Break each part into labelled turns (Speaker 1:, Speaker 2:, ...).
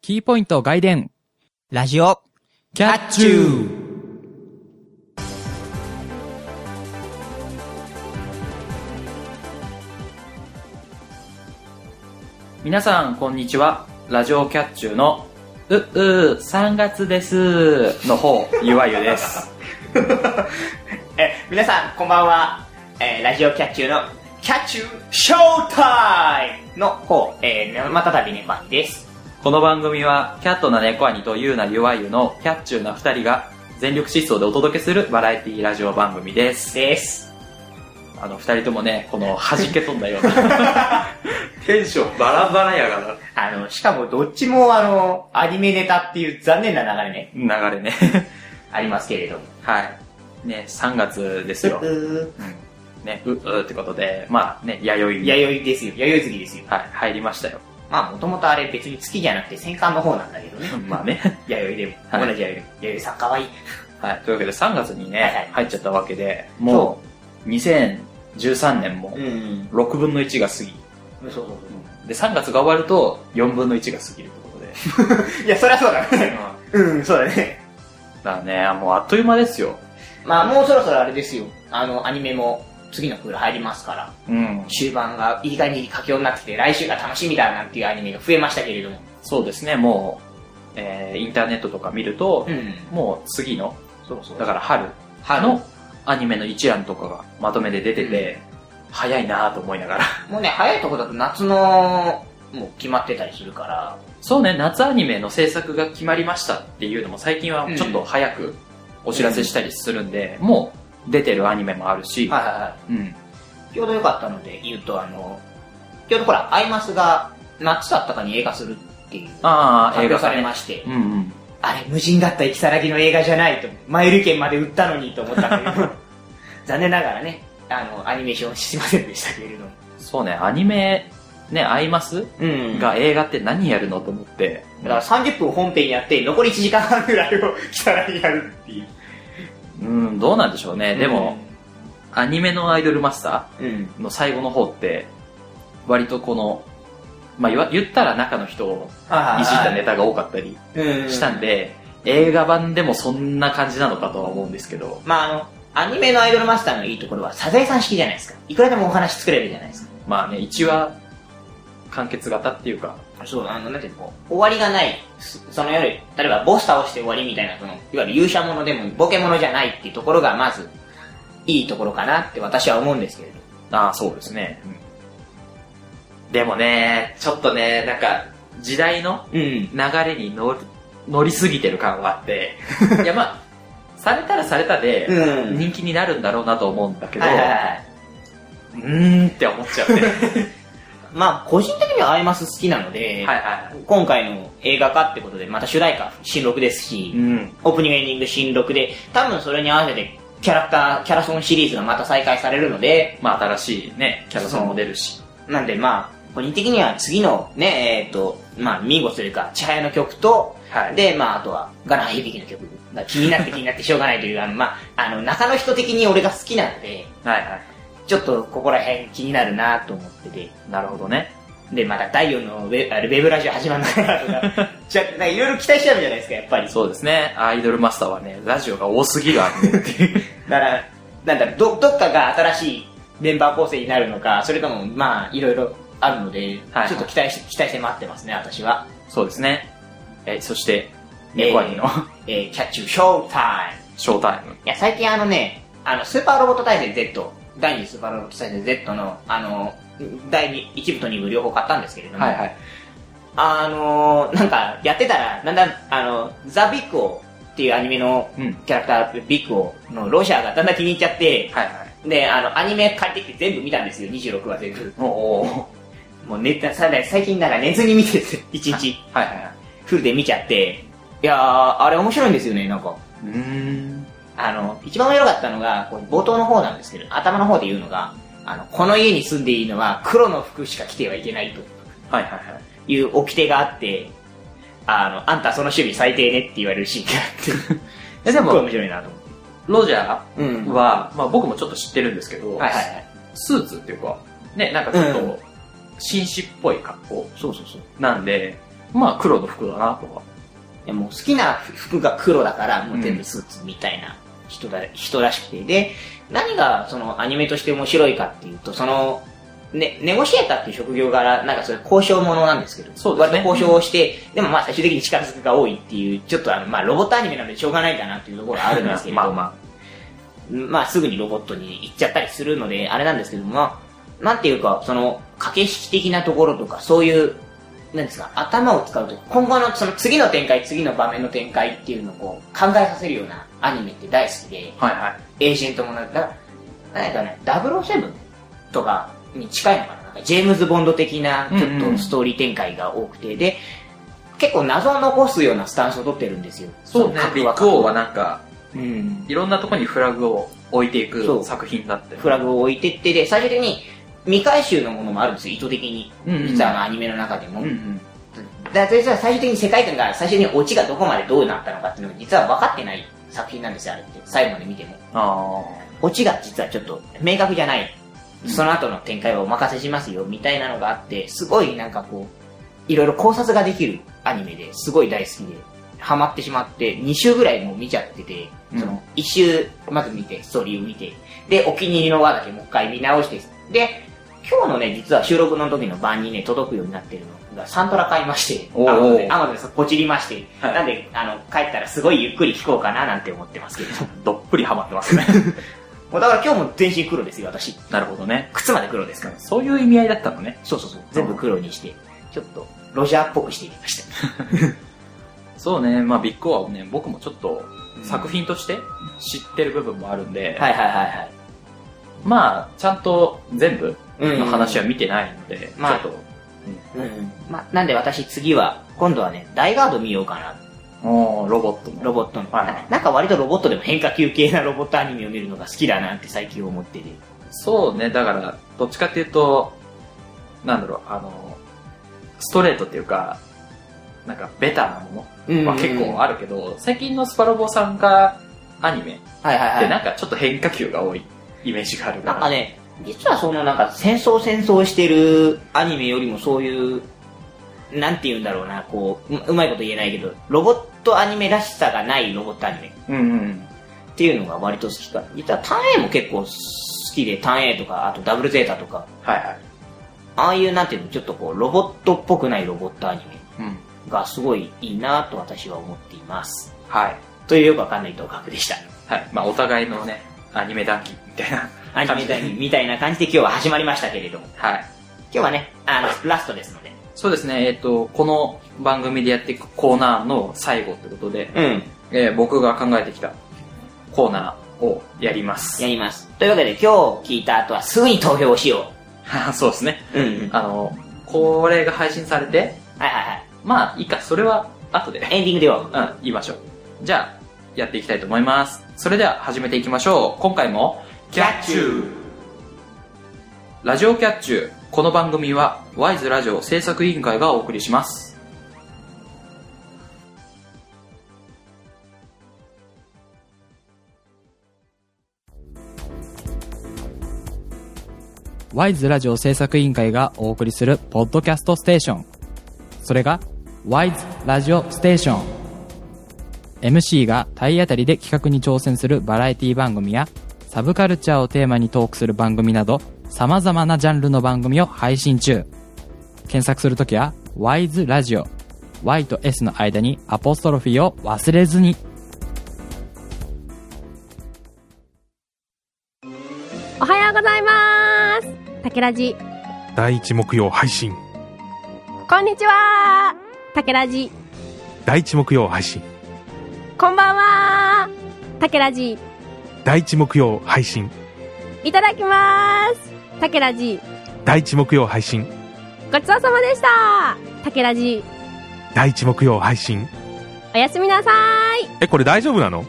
Speaker 1: キーポイント外伝、
Speaker 2: ラジオ、
Speaker 1: キャッチュー
Speaker 3: 皆さん、こんにちは。ラジオキャッチューの、う、うー、3月です。の方、ゆわ ゆです。
Speaker 2: え、皆さん、こんばんは。えーラジオキャッチューの、キャッチューショータイムの方、えー、またたびねばです。
Speaker 3: この番組は、キャットな猫兄とゆうなゆわゆのキャッチューな二人が、全力疾走でお届けするバラエティラジオ番組です。
Speaker 2: です。
Speaker 3: あの、二人ともね、この、弾け飛んだよう な。テンションバラバラやが
Speaker 2: あの、しかもどっちもあの、アニメネタっていう残念な流れね、
Speaker 3: な。流れね。
Speaker 2: ありますけれども。
Speaker 3: はい。ね、3月ですよ。
Speaker 2: う
Speaker 3: ね、う、うーってことで、まあね、弥生
Speaker 2: ー
Speaker 3: に、はい、
Speaker 2: 弥生ですよ。弥生月ですよ。
Speaker 3: 入りましたよ。
Speaker 2: まあ、もともとあれ別に月じゃなくて戦艦の方なんだけどね。
Speaker 3: まあね。
Speaker 2: 弥生でも。
Speaker 3: はい
Speaker 2: 同じ弥生。弥生さんかわいい。
Speaker 3: はい、というわけで3月に
Speaker 2: はいはい
Speaker 3: ね、入っちゃったわけで、もう2013年も
Speaker 2: ん。
Speaker 3: 6分の1が過ぎ。
Speaker 2: そうそうそ
Speaker 3: で、3月が終わると4分の1が過ぎるってことで。
Speaker 2: う。いや、そりゃそうだね。
Speaker 3: だ
Speaker 2: うん、そうだね。
Speaker 3: からね、もうあっという間ですよ。
Speaker 2: まあ、もうそろそろあれですよ。あの、アニメも次のクール入りますから、
Speaker 3: うん。
Speaker 2: 終盤がいい感じに佳境になってきて、来週が楽しみだなんていうアニメが増えましたけれども。
Speaker 3: そうですね、もう、えーインターネットとか見ると、
Speaker 2: ん。
Speaker 3: もう次の、
Speaker 2: そうそう。
Speaker 3: だから春
Speaker 2: ら
Speaker 3: のアニメの一覧とかがまとめて出てて、早いなぁと思いながら。
Speaker 2: もうね、早いとこだと夏の、もう決まってたりするから、
Speaker 3: そうね、夏アニメの制作が決まりましたっていうのも最近はちょっと早くお知らせしたりするんで、もう出てるアニメもあるし、
Speaker 2: はいはいは
Speaker 3: うん。
Speaker 2: い。ちょうどよかったので言うと、あの、ちょうどほら、アイマスが夏だったかに映画するっていう、
Speaker 3: ああ、
Speaker 2: 発
Speaker 3: 映
Speaker 2: 表
Speaker 3: 画
Speaker 2: さ
Speaker 3: 化
Speaker 2: れ
Speaker 3: ね。
Speaker 2: まして、
Speaker 3: うんうん。
Speaker 2: あれ、無人だった行きさらぎの映画じゃないと、前売り券まで売ったのにと思ったんだけ ど、残念ながらね、あの、アニメーションしませんでしたけれども。
Speaker 3: そうね、アニメ、ね、アイマス
Speaker 2: うん
Speaker 3: が映画って何やるのと思って、
Speaker 2: だから30分本編やって、残り1時間半ぐらいを木更にやるっていう。
Speaker 3: うん、どうなんでしょうね。でも、、アニメのアイドルマスタ
Speaker 2: うん。
Speaker 3: ーの最後の方って、割とこの、まあ、言わ言ったら中の人をいじったネタが多かったり
Speaker 2: うん
Speaker 3: したん。で、映画版でもそんな感じなのかとは思うんですけど、
Speaker 2: まああの、アニメのアイドルマスターのいいところは、サザエさん式じゃないですか。いくらでもお話作れるじゃないですか。
Speaker 3: まあね、1話完結型っていうか、
Speaker 2: そう、あの、なんていうの、こう、終わりがない、すその夜、例えばボス倒して終わりみたいな、その、いわゆる勇者ものでも、ボケものじゃないっていうところが、まず、いいところかなって私は思うんですけれど。
Speaker 3: ああ、そうですね。でもね、ちょっとね、なんか、時代の
Speaker 2: う
Speaker 3: 流
Speaker 2: ん。
Speaker 3: れに乗る乗りすぎてる感はあって、 いやまあ、されたらされたで、
Speaker 2: うん。
Speaker 3: 人気になるんだろうなと思うんだけど、
Speaker 2: はいはいはい。
Speaker 3: うーんって思っちゃう ね。
Speaker 2: まあ、個人的にはアイマス好きなので、
Speaker 3: はいは
Speaker 2: 今回の映画化ってことで、また主題歌、新録ですし、
Speaker 3: い。うん。
Speaker 2: オープニングエンディング新録で、多分それに合わせて、キャラクター、キャラソンシリーズがまた再開されるので、
Speaker 3: まあ新しいね、キャラソンも出るし。
Speaker 2: なんでまあ、個人的には次のね、えっ、と、まあ、ミンゴスというか、千早の曲と、
Speaker 3: はい。
Speaker 2: で、まあ、あとは、ガナハ響きの曲が気にな って気になってしょうがないという、あの、まあ、あの、中の人的に俺が好きなので、
Speaker 3: はいは
Speaker 2: ちょっとここら辺気になるなと思ってて、
Speaker 3: い。なるほどね。
Speaker 2: で、また第4のウェあれウェブラジオ始まるのかなと か、じゃなんかいろいろ期待しちゃうじゃないですか、やっぱり。
Speaker 3: そうですね。アイドルマスターはね、ラジオが多すぎるアニメっていう。
Speaker 2: だから、なんだろう、ど、どっかが新しいメンバー構成になるのか、それとも、まあ、いろいろあるので、
Speaker 3: はい
Speaker 2: ちょっと期待し、期待して待ってますね、私は。
Speaker 3: そうですね。え、そして、猫兄の
Speaker 2: えー、キャッチューショータイム。
Speaker 3: ショータイム。
Speaker 2: いや、最近あのね、あの、スーパーロボット大戦 Z、第2次スーパーロボット大戦 Z の、あの、第2、1部と2部両方買ったんですけれども、
Speaker 3: はい。
Speaker 2: あのーなんか、やってたら、だんだん、あの、ザ・ビッグオっていうアニメの
Speaker 3: うん。
Speaker 2: キャラクター、ビッグオのロシアがだんだん気に入っちゃって、
Speaker 3: はいはい。
Speaker 2: で、あの、アニメ借りてきて全部見たんですよ、26話全部。
Speaker 3: おお。は
Speaker 2: もうネタ、さ最近なんか寝ずに見てて、一 日、
Speaker 3: いはいはい。
Speaker 2: フルで見ちゃって、いやー、あれ面白いんですよね、なんか。
Speaker 3: うーん。
Speaker 2: あの、一番面白かったのが、こう冒頭の方なんですけど、頭の方で言うのが、あの、この家に住んでいいのは黒の服しか着てはいけないと
Speaker 3: はいはいはい。
Speaker 2: いう掟があって、あの、あんたその趣味最低ねって言われるシーン があって、
Speaker 3: え、です
Speaker 2: っごい
Speaker 3: も、
Speaker 2: 面白いなと思って。
Speaker 3: ロジャ
Speaker 2: う
Speaker 3: ー
Speaker 2: んはい
Speaker 3: は、まあ僕もちょっと知ってるんですけど、
Speaker 2: はいはい。
Speaker 3: スーツっていうか、ね、なんかちょっ
Speaker 2: う
Speaker 3: と、紳士っぽい格好
Speaker 2: そうそうそう。
Speaker 3: なんで、まあ黒の服だなとか。
Speaker 2: でもう好きな服が黒だから、もう全部スーツみたいな人だ、人らしくて。で、何がそのアニメとして面白いかっていうと、その、ね、ネゴシエーターっていう職業柄、なんかそれ交渉ものなんですけど、
Speaker 3: そうですね
Speaker 2: 割と交渉をして、でもまあ最終的に力づくが多いっていう、ちょっとあの、まあロボットアニメなのでしょうがないかなっていうところはあるんですけれど、
Speaker 3: まあま
Speaker 2: まあすぐにロボットに行っちゃったりするので、あれなんですけども、まあなんていうか、その、駆け引き的なところとか、そういう、なんですか、頭を使うというか、今後のその次の展開、次の場面の展開っていうのをこう考えさせるようなアニメって大好きで、
Speaker 3: あ。はいはい。
Speaker 2: エージェントもなんか、なんかね、007とかに近いのかななんかジェームズ・ボンド的なちょ
Speaker 3: うん
Speaker 2: っ
Speaker 3: う
Speaker 2: と
Speaker 3: ん
Speaker 2: ストーリー展開が多くて、で、結構謎を残すようなスタンスを取ってるんですよ。
Speaker 3: そうね。ビッ
Speaker 2: 各話
Speaker 3: グオーはなんか、
Speaker 2: うん。
Speaker 3: いろんなとこにフラグを置いてい
Speaker 2: そ
Speaker 3: く
Speaker 2: う
Speaker 3: 作品だって。
Speaker 2: フラグを置いてってで、最終的に未回収のものもあるんですよ、意図的に。
Speaker 3: うんうん
Speaker 2: 実はあのアニメの中でも。
Speaker 3: うんうん。
Speaker 2: だから実は最終的に世界観が、最終的にオチがどこまでどうなったのかっていうのが実は分かってない作品なんですよ、あれって。最後まで見ても。
Speaker 3: あ
Speaker 2: オチが実はちょっと明確じゃない。その後の展開はお任せしますよ、みたいなのがあって、すごいなんかこう、いろいろ考察ができるアニメですごい大好きで、ハマってしまって、2週ぐらいもう見ちゃってて、
Speaker 3: うん
Speaker 2: その、1週まず見て、ストーリーを見て、で、お気に入りの輪だけもう一回見直して、で、今日のね、実は収録の時の晩にね、届くようになってるのが、サントラ買いまして、
Speaker 3: おー
Speaker 2: あの、あのです、ポチりまして、
Speaker 3: はい
Speaker 2: なんで、あの、帰ったらすごいゆっくり聞こうかななんて思ってますけれども。
Speaker 3: あ。どっぷりハマってますね。
Speaker 2: もうだから今日も全身黒ですよ、私。
Speaker 3: なるほどね。
Speaker 2: 靴まで黒ですから。
Speaker 3: そういう意味合いだったのね。
Speaker 2: そうそうそう。全部黒にして、ちょっと、ロジャーっぽくしてみました。
Speaker 3: そうね。まあビッグオーはね、僕もちょっと
Speaker 2: うん
Speaker 3: 作品として知ってる部分もあるんで、
Speaker 2: はいはいはいはい。
Speaker 3: まあ、ちゃんと全部
Speaker 2: うん
Speaker 3: の話は見てないので、
Speaker 2: まあ
Speaker 3: ちょっ
Speaker 2: うん。まあ、なんで私次は、今度はね、ダイガード見ようかな。
Speaker 3: と、おーロボット
Speaker 2: ロ
Speaker 3: の。
Speaker 2: ボットの。
Speaker 3: はいはい
Speaker 2: なんか割とロボットでも変化球系なロボットアニメを見るのが好きだなって最近思ってて。
Speaker 3: そうね、だから、どっちかっていうと、なんだろう、あの、ストレートっていうか、なんかベタなも
Speaker 2: う
Speaker 3: のは結構あるけど、最近のスパロボさんがアニメ
Speaker 2: はいはいは
Speaker 3: で
Speaker 2: い。
Speaker 3: なんかちょっと変化球が多いイメージがあるか
Speaker 2: なん
Speaker 3: ら。
Speaker 2: かね、実はそのなんか戦争戦争してるアニメよりもそういう、なんて言うんだろうな、こう、ううまいこと言えないけど、ロボットアニメらしさがないロボットアニメ
Speaker 3: うんうん。
Speaker 2: っていうのが割と好きかな。実はターン A も結構好きで、ターン A とか、あとダブルゼータとか、
Speaker 3: はいはい。
Speaker 2: ああいうなんていうの、ちょっとこう、ロボットっぽくないロボットアニメ
Speaker 3: うん。
Speaker 2: がすごいいいなと私は思っています。
Speaker 3: はい。
Speaker 2: というよくわかんないと覚でした。
Speaker 3: はい。まあ、お互いのね、アニメ談義みたい な。
Speaker 2: アニメだにみたいな感じで今日は始まりましたけれども、
Speaker 3: はい。
Speaker 2: 今日はね、あの、ラストですので。
Speaker 3: そうですね、えっ、と、この番組でやっていくコーナーの最後ってことで、
Speaker 2: うん。
Speaker 3: えー僕が考えてきたコーナーをやります。
Speaker 2: やります。というわけで今日聞いた後はすぐに投票をしよ
Speaker 3: そうですね。
Speaker 2: う。うん、うん。はい
Speaker 3: あの、これが配信されて、
Speaker 2: はいはい。
Speaker 3: まあいいか、それは後で、
Speaker 2: エンディングでは。
Speaker 3: うん、言いましょう。じゃあ、やっていきたいと思います。それでは始めていきましょう。今回も、
Speaker 2: キャッチュ
Speaker 3: ーラジオキャッチュー。この番組は、ワイズラジオ制作委員会がお送りします。
Speaker 1: ワイズラジオ制作委員会がお送りするポッドキャストステーション。それが、ワイズラジオステーション。MC が体当たりで企画に挑戦するバラエティ番組や、サブカルチャーをテーマにトークする番組など、様々なジャンルの番組を配信中。検索するときは、ワイズラジオ。Y と S の間にアポストロフィーを忘れずに。
Speaker 4: おはようございます。竹ラジ。
Speaker 5: 第一木曜配信
Speaker 4: こんにちは。竹ラジ。
Speaker 5: 第一木曜配信
Speaker 4: こんばんは。竹ラジ。
Speaker 5: 第一木曜配信
Speaker 4: いただきます。竹ラジ。
Speaker 5: 第一木曜配信
Speaker 4: ごちそうさまでした。竹ラジ。
Speaker 5: 第一木曜配信
Speaker 4: おやすみなさい。
Speaker 5: えこれ大丈夫なの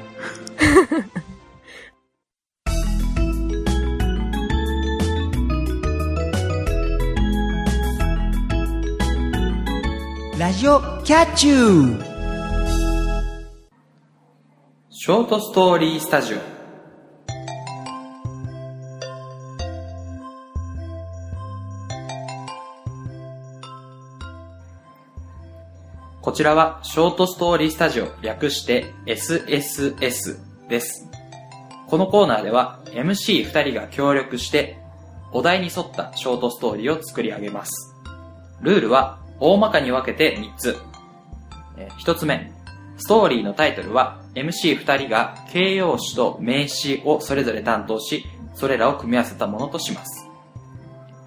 Speaker 1: ラジオキャッチュー
Speaker 3: ショートストーリースタジオ。こちらは、ショートストーリースタジオ、略して SSS です。このコーナーでは、MC2 人が協力して、お題に沿ったショートストーリーを作り上げます。ルールは、大まかに分けて3つ。えー1つ目、ストーリーのタイトルは、MC2 人が形容詞と名詞をそれぞれ担当し、それらを組み合わせたものとします。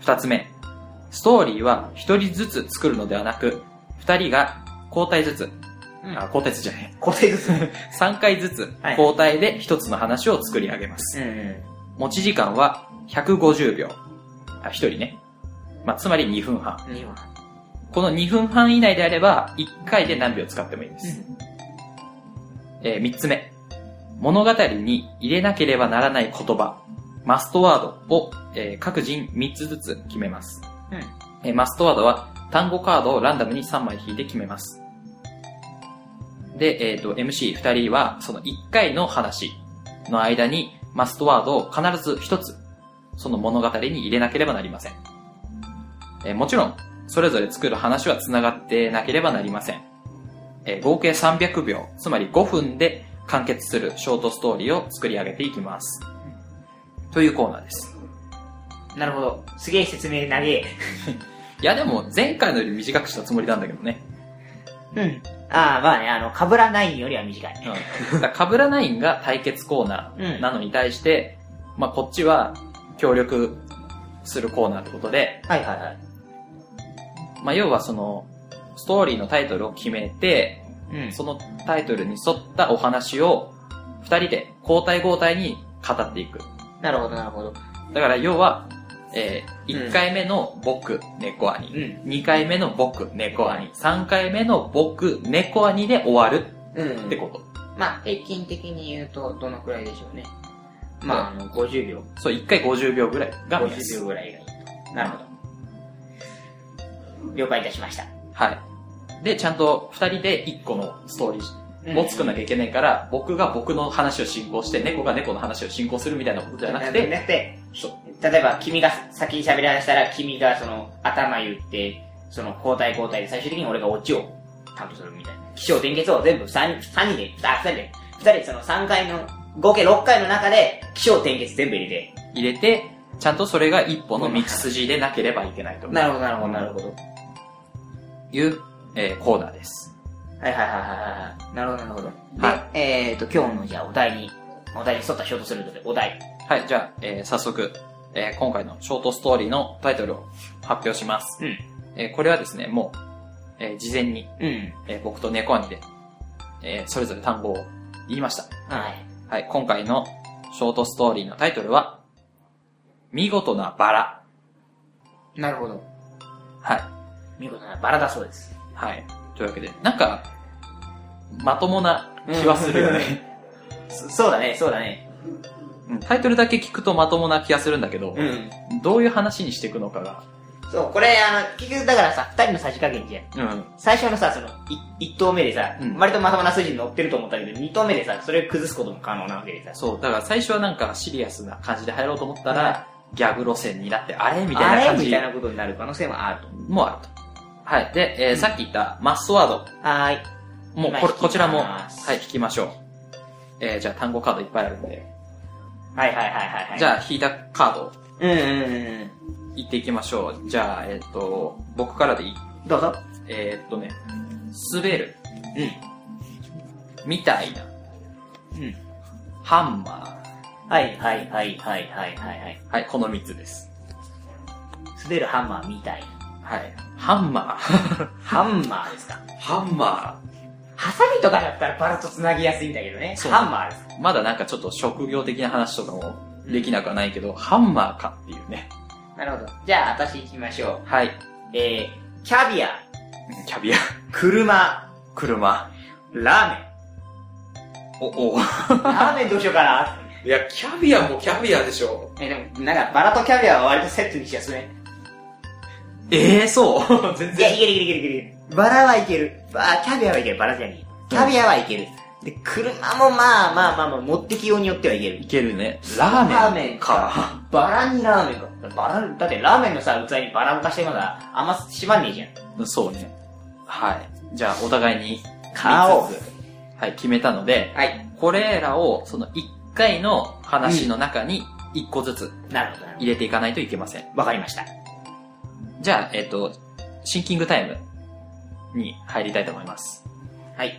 Speaker 3: 2つ目、ストーリーは1人ずつ作るのではなく、2人が交代ずつ、
Speaker 2: うん
Speaker 3: あ、交代ずつじゃない。
Speaker 2: 固定です。
Speaker 3: 3回ずつ
Speaker 2: はい
Speaker 3: 交代で1つの話を作り上げます。
Speaker 2: うん。
Speaker 3: 持ち時間は150秒。あ、1人ね。まあ、つまり2分半。
Speaker 2: 2話。
Speaker 3: この2分半以内であれば、1回で何秒使ってもいいです。え3つ目。物語に入れなければならない言葉、マストワードを、えー各人3つずつ決めます。
Speaker 2: うん
Speaker 3: えーマストワードは単語カードをランダムに3枚引いて決めます。で、えっ、と、MC2 人はその1回の話の間にマストワードを必ず1つ、その物語に入れなければなりません。えーもちろん、それぞれ作る話は繋がってなければなりません。えー合計300秒、つまり5分で完結するショートストーリーを作り上げていきます。というコーナーです。
Speaker 2: なるほど。すげえ説明長え。
Speaker 3: いやでも、前回のより短くしたつもりなんだけどね。
Speaker 2: うん。ああ、まあね、あの、かぶらないよりは短い。
Speaker 3: だからぶらナインが対決コーナ
Speaker 2: う
Speaker 3: ーなのに対して、まあこっちは協力するコーナーってことで、
Speaker 2: はいはいはい。
Speaker 3: まあ要はその、ストーリーのタイトルを決めて、
Speaker 2: うん。
Speaker 3: そのタイトルに沿ったお話を二人で交代交代に語っていく。
Speaker 2: なるほどなるほど。
Speaker 3: だから要は、え
Speaker 2: うん
Speaker 3: 1回目の僕、猫
Speaker 2: う
Speaker 3: 兄。
Speaker 2: ん。
Speaker 3: 2回目の僕、猫兄。3回目の僕、猫兄で終わる
Speaker 2: うん。
Speaker 3: ってこと。
Speaker 2: まあ、平均的に言うと、どのくらいでしょうね。まあ、あの、50秒。
Speaker 3: そう、1回50秒ぐらいが目
Speaker 2: 50
Speaker 3: 安。
Speaker 2: 秒ぐらいがいいと。なるほど。了解いたしました。
Speaker 3: はい。で、ちゃんと2人で1個のストーリーを作んなき
Speaker 2: ゃ
Speaker 3: ゃいけないから、僕が僕の話を進行して、猫が猫の話を進行するみたいなことじゃなくて、
Speaker 2: なくて、
Speaker 3: そう
Speaker 2: 例えば君が先に喋り出したら、君がその、頭言って、その、交代交代で最終的に俺がオチを担当するみたいな。気象転結を全部3、三人で、あ、2人で、2人でその3回の、合計6回の中で、気象転結全部入れて。
Speaker 3: 入れて、ちゃんとそれが一歩の道筋でなければいけないと
Speaker 2: なるほど、なるほど、なるほど。
Speaker 3: いう、えーコーナーです。
Speaker 2: はいはいはいはいはい。なるほど、なるほど。で、
Speaker 3: は
Speaker 2: えっ、と、今日のじゃあお題に、お題に沿ったショートスルートで、お題。
Speaker 3: はい、じゃあ、えー早速、えー今回のショートストーリーのタイトルを発表します。
Speaker 2: うん
Speaker 3: えーこれはですね、もう、えー事前に、
Speaker 2: うん。
Speaker 3: えー僕と猫兄で、えーそれぞれ単語を言いました。
Speaker 2: はい。
Speaker 3: はい、今回のショートストーリーのタイトルは、見事なバラ。
Speaker 2: なるほど。
Speaker 3: はい。
Speaker 2: 見事なバラだそうです。
Speaker 3: はい。というわけで、なんか、まともな気はするよね。
Speaker 2: そそうだね、そうだね。
Speaker 3: うんタイトルだけ聞くとまともな気がするんだけど、
Speaker 2: うん。
Speaker 3: どういう話にしていくのかが、
Speaker 2: そう、これ、あの、結局だからさ、二人のさじ加減じゃん。
Speaker 3: うん。
Speaker 2: 最初のさ、その、い一投目でさ、
Speaker 3: うん
Speaker 2: 割とまともな筋に乗ってると思ったけど、二投目でさ、それを崩すことも可能なわけでさ。
Speaker 3: そう、だから最初はなんかシリアスな感じで入ろうと思ったら、ギャグ路線になって、あれみたいな
Speaker 2: あ
Speaker 3: 感
Speaker 2: れみ
Speaker 3: じ
Speaker 2: たいなことになる可能性もあると。
Speaker 3: もあると。はい。で、えーさっき言ったマストワード。
Speaker 2: はーい。
Speaker 3: もう
Speaker 2: 今
Speaker 3: これ
Speaker 2: 引きます
Speaker 3: こちらも、はい、引きましょう。えーじゃあ単語カードいっぱいあるんで。
Speaker 2: はいはいはいはいはい。
Speaker 3: じ
Speaker 2: あ、
Speaker 3: ゃあ引いたカードを
Speaker 2: うんうんうん
Speaker 3: 言っていきましょう。じゃあ、えっ、と、僕からでいい
Speaker 2: うん。どうぞ。
Speaker 3: えーっとね、滑る。みたいな。
Speaker 2: うん。うん。
Speaker 3: ハンマ
Speaker 2: はいはいはいはいはいはいはい。
Speaker 3: ー。はい、この3つです。
Speaker 2: 滑るハンマーみたいな。
Speaker 3: はい。ハンマー。
Speaker 2: ハンマーですか。
Speaker 3: ハンマ
Speaker 2: ハサミとかだったらバラと繋ぎやすいんだけどね。
Speaker 3: そう
Speaker 2: ハンマーです。
Speaker 3: ー。まだなんかちょっと職業的な話とかもできなくはないけど、ハンマーかっていうね。
Speaker 2: なるほど。じゃあ、私行きましょ
Speaker 3: はい。
Speaker 2: う。えー、キャビア、
Speaker 3: キャビア。
Speaker 2: 車、
Speaker 3: 車。
Speaker 2: ラ
Speaker 3: お、お。
Speaker 2: ーメン。ラーメンどうしようかな。
Speaker 3: いや、キャビアもキャビアでしょ。
Speaker 2: えー、でも、なんか、バラとキャビアは割とセットにしやすいね。
Speaker 3: ええー、そう。全
Speaker 2: いや、い
Speaker 3: 然。
Speaker 2: けるいけるいけるいける。バラはいける。あー、キャビアはいける。バラじゃねえ。キャビアはいける。で、車もまあまあまあまあ、持ってきようによってはいける
Speaker 3: い。けるね。ラーメン。
Speaker 2: ラーメン
Speaker 3: か。
Speaker 2: バラにラーメンか。バラ、だってラーメンのさ、器にバラ浮かしてるのがあんましまんねえじゃん。
Speaker 3: そうね。はい。じゃあ、お互いに、
Speaker 2: 顔
Speaker 3: 三つずつはい、決めたので、
Speaker 2: はい。
Speaker 3: これらを、その1回の話の中に1個ずつ
Speaker 2: なるほど、なるほ
Speaker 3: 入れていかないといけません。
Speaker 2: ど。わかりました。
Speaker 3: じゃあ、えっ、と、シンキングタイムに入りたいと思います。
Speaker 2: はい。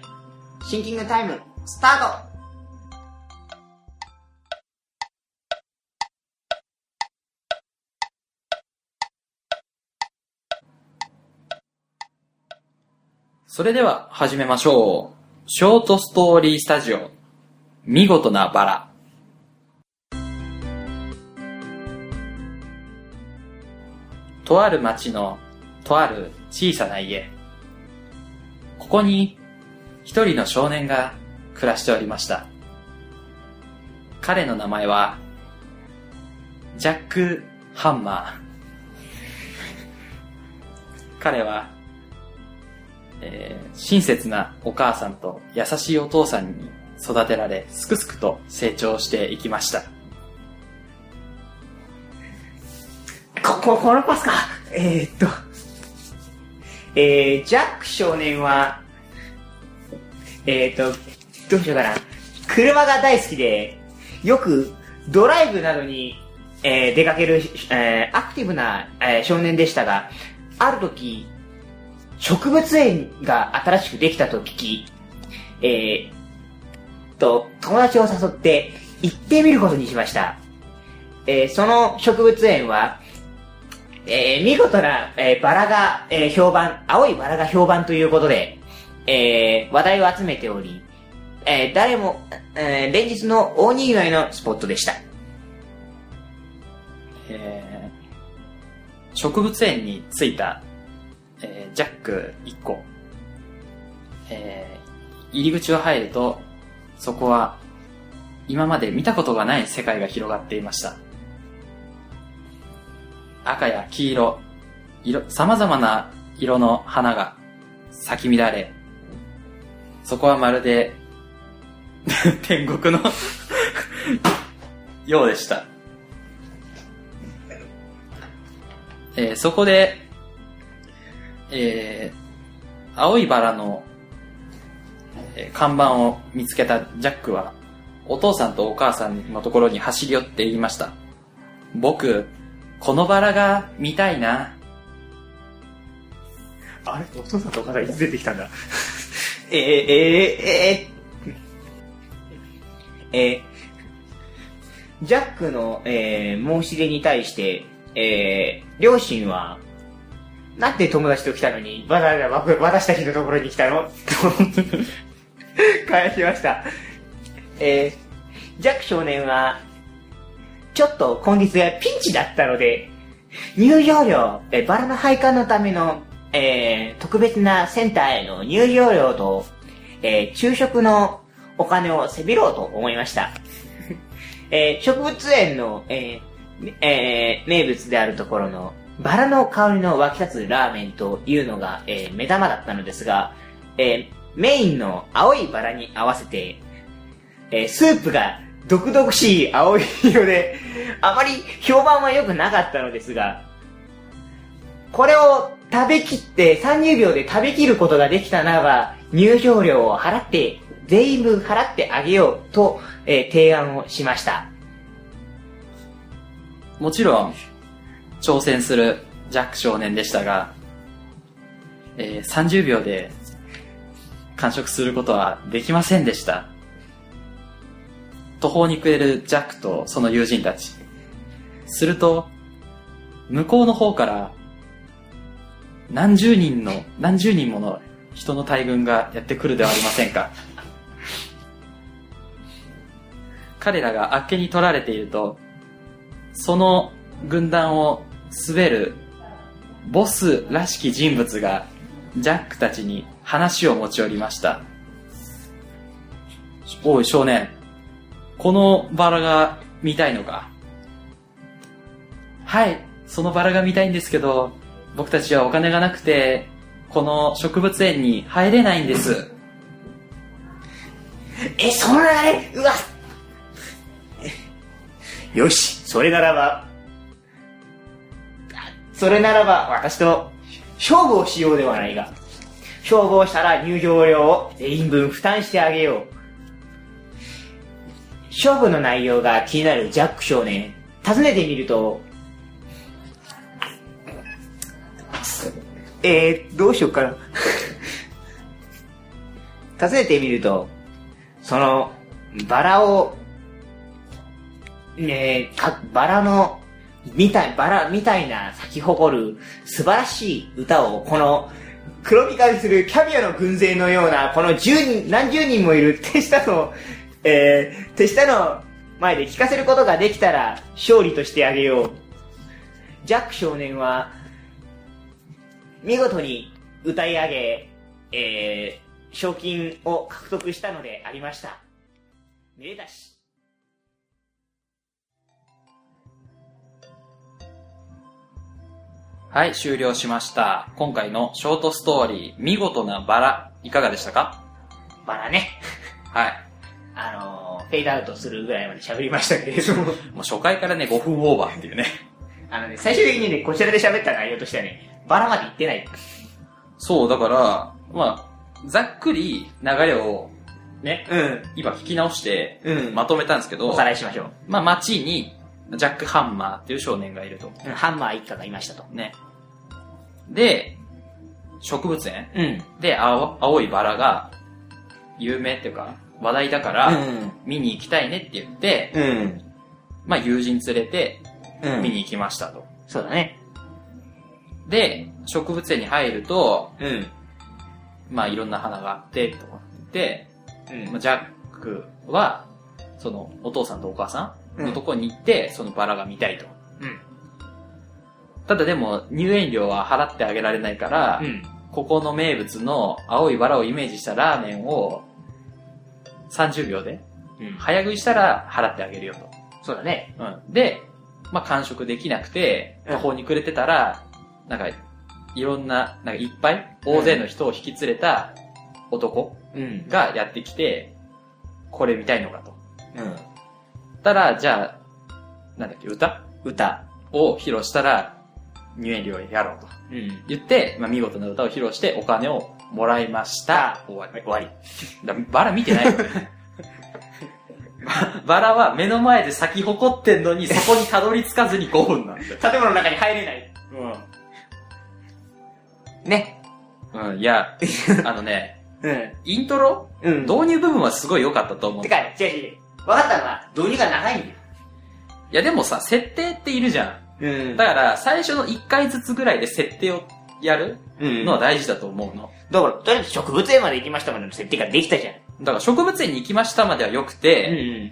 Speaker 2: シンキングタイム、スタート
Speaker 3: それでは、始めましょう。ショートストーリースタジオ、見事なバラ。とある町の、とある小さな家。ここに、一人の少年が暮らしておりました。彼の名前は、ジャック・ハンマー。彼は、えー親切なお母さんと優しいお父さんに育てられ、すくすくと成長していきました。
Speaker 2: こ、こ、このパスか。えー、っと。えー、ジャック少年は、えー、っと、どうしようかな。車が大好きで、よくドライブなどに、えー出かける、えーアクティブな、えー少年でしたが、ある時、植物園が新しくできたと聞き、えー、と、友達を誘って行ってみることにしました。えーその植物園は、えー見事な、えーバラが、えー評判、青いバラが評判ということで、えー話題を集めており、えー誰も、えー連日の大にぎわいのスポットでした。
Speaker 3: えー植物園に着いた、えージャック1個、えー入り口を入ると、そこは今まで見たことがない世界が広がっていました。赤や黄色、色様々な色の花が咲き乱れ、そこはまるで 天国の ようでした。えーそこで、えー青いバラの、えー看板を見つけたジャックは、お父さんとお母さんのところに走り寄って言いました。僕、このバラが見たいな。
Speaker 2: あれお父さんとお母さんいつ出てきたんだえー、えー、えー、えー、えージャックの、えー申し出に対して、えー両親は、なんで友達と来たのに、わざわざ僕私たちのところに来たの と返しました。えージャック少年は、ちょっと今月がピンチだったので、入場料、えーバラの配管のための、えー特別なセンターへの入場料と、えー昼食のお金をせびろうと思いました。 えー植物園の、えーえー名物であるところの、バラの香りの湧き立つラーメンというのが、えー目玉だったのですが、えーメインの青いバラに合わせて、えースープが毒々しい青い色で、あまり評判は良くなかったのですが、これを食べきって30秒で食べきることができたならば、入場料を払って、全員分払ってあげようと、えー提案をしました。
Speaker 3: もちろん、挑戦するジャック少年でしたが、えー30秒で完食することはできませんでした。途方に暮れるジャックとその友人たち。すると、向こうの方から、何十人の、何十人もの人の大群がやってくるではありませんか。彼らがあっけに取られていると、その軍団を滑るボスらしき人物がジャックたちに話を持ち寄りました。おい少年、このバラが見たいのかはい、そのバラが見たいんですけど、僕たちはお金がなくて、この植物園に入れないんです。
Speaker 2: え、それあれうわよし、それならば、あそれならば、私と勝負をしようではないが。照合したら入場料を全員分負担してあげよう。勝負の内容が気になるジャック少年。訪ねてみると、えー、どうしようかな。 訪ねてみると、その、バラを、ねえ、か、バラの、みたい、バラみたいな咲き誇る素晴らしい歌を、この、黒光りするキャビアの軍勢のような、この10人、何十人もいる手下の、えー、手下の前で聞かせることができたら、勝利としてあげよう。ジャック少年は、見事に歌い上げ、えー、賞金を獲得したのでありました。めでたし。
Speaker 3: はい、終了しました。今回のショートストーリー、見事なバラ、いかがでしたか
Speaker 2: バラね、
Speaker 3: はい。
Speaker 2: あのー、フェイドアウトするぐらいまで喋りましたけれども、
Speaker 3: もう初回からね、5分オーバーっていうね。
Speaker 2: あのね、最終的にね、こちらで喋った内容としてはね、バラまで行ってない。
Speaker 3: そう、だから、まあ、ざっくり流れを、ね、
Speaker 2: うん、
Speaker 3: 今聞き直して、
Speaker 2: うん
Speaker 3: まとめたんですけど、
Speaker 2: おさらいしましょう。
Speaker 3: まあ、街に、ジャック・ハンマーっていう少年がいると。
Speaker 2: うんハンマー一家がいましたと。
Speaker 3: ね。で、植物園
Speaker 2: うん。
Speaker 3: で、青青いバラが、有名っていうか、話題だから、見に行きたいねって言って、
Speaker 2: うん。うん。
Speaker 3: まあ、友人連れて、
Speaker 2: うん
Speaker 3: 見に行きましたと。
Speaker 2: そうだね。
Speaker 3: で、植物園に入ると、
Speaker 2: うん。
Speaker 3: まあ、いろんな花があって、とかって
Speaker 2: うん
Speaker 3: 言って、まあ、ジャックは、その、お父さんとお母さんのとこに行って、そのバラが見たいと。
Speaker 2: うん。
Speaker 3: ただでも、入園料は払ってあげられないから、
Speaker 2: うん。
Speaker 3: ここの名物の青いバラをイメージしたラーメンを、30秒で、
Speaker 2: うん。
Speaker 3: 早食いしたら払ってあげるよと。
Speaker 2: そうだね。
Speaker 3: うん、で、まあ、完食できなくて、
Speaker 2: うん
Speaker 3: 途方に暮れてたら、なんか、いろんな、なんかいっぱい、大勢の人を引き連れた男
Speaker 2: うん。
Speaker 3: がやってきて、これ見たいのかと。
Speaker 2: うん。
Speaker 3: たら、じゃあ、なんだっけ、歌
Speaker 2: 歌。
Speaker 3: を披露したら、入園料やろうと。
Speaker 2: うん。
Speaker 3: 言って、まあ、見事な歌を披露して、お金をもらいました。終わり。
Speaker 2: 終わり。
Speaker 3: だバラ見てない よね。ばバラは目の前で咲き誇ってんの に、そこにたどり着かずに5分なんだよ。
Speaker 2: 建物の中に入れない。ね。
Speaker 3: うん、い や、あのね、
Speaker 2: うん。
Speaker 3: イントロ
Speaker 2: うん
Speaker 3: 導入部分はすごい良かったと思う。
Speaker 2: て
Speaker 3: い
Speaker 2: か、違う違う違う。分かったのは、導入が長いん
Speaker 3: や、でもさ、設定っているじゃ。
Speaker 2: だよ。うんん
Speaker 3: だから、最初の1回ずつぐらいで設定をやる
Speaker 2: うん。
Speaker 3: のは大事だと思うの。
Speaker 2: だから、とりあえず植物園まで行きましたまでの設定ができたじゃん。
Speaker 3: だから、植物園に行きましたまでは良くて、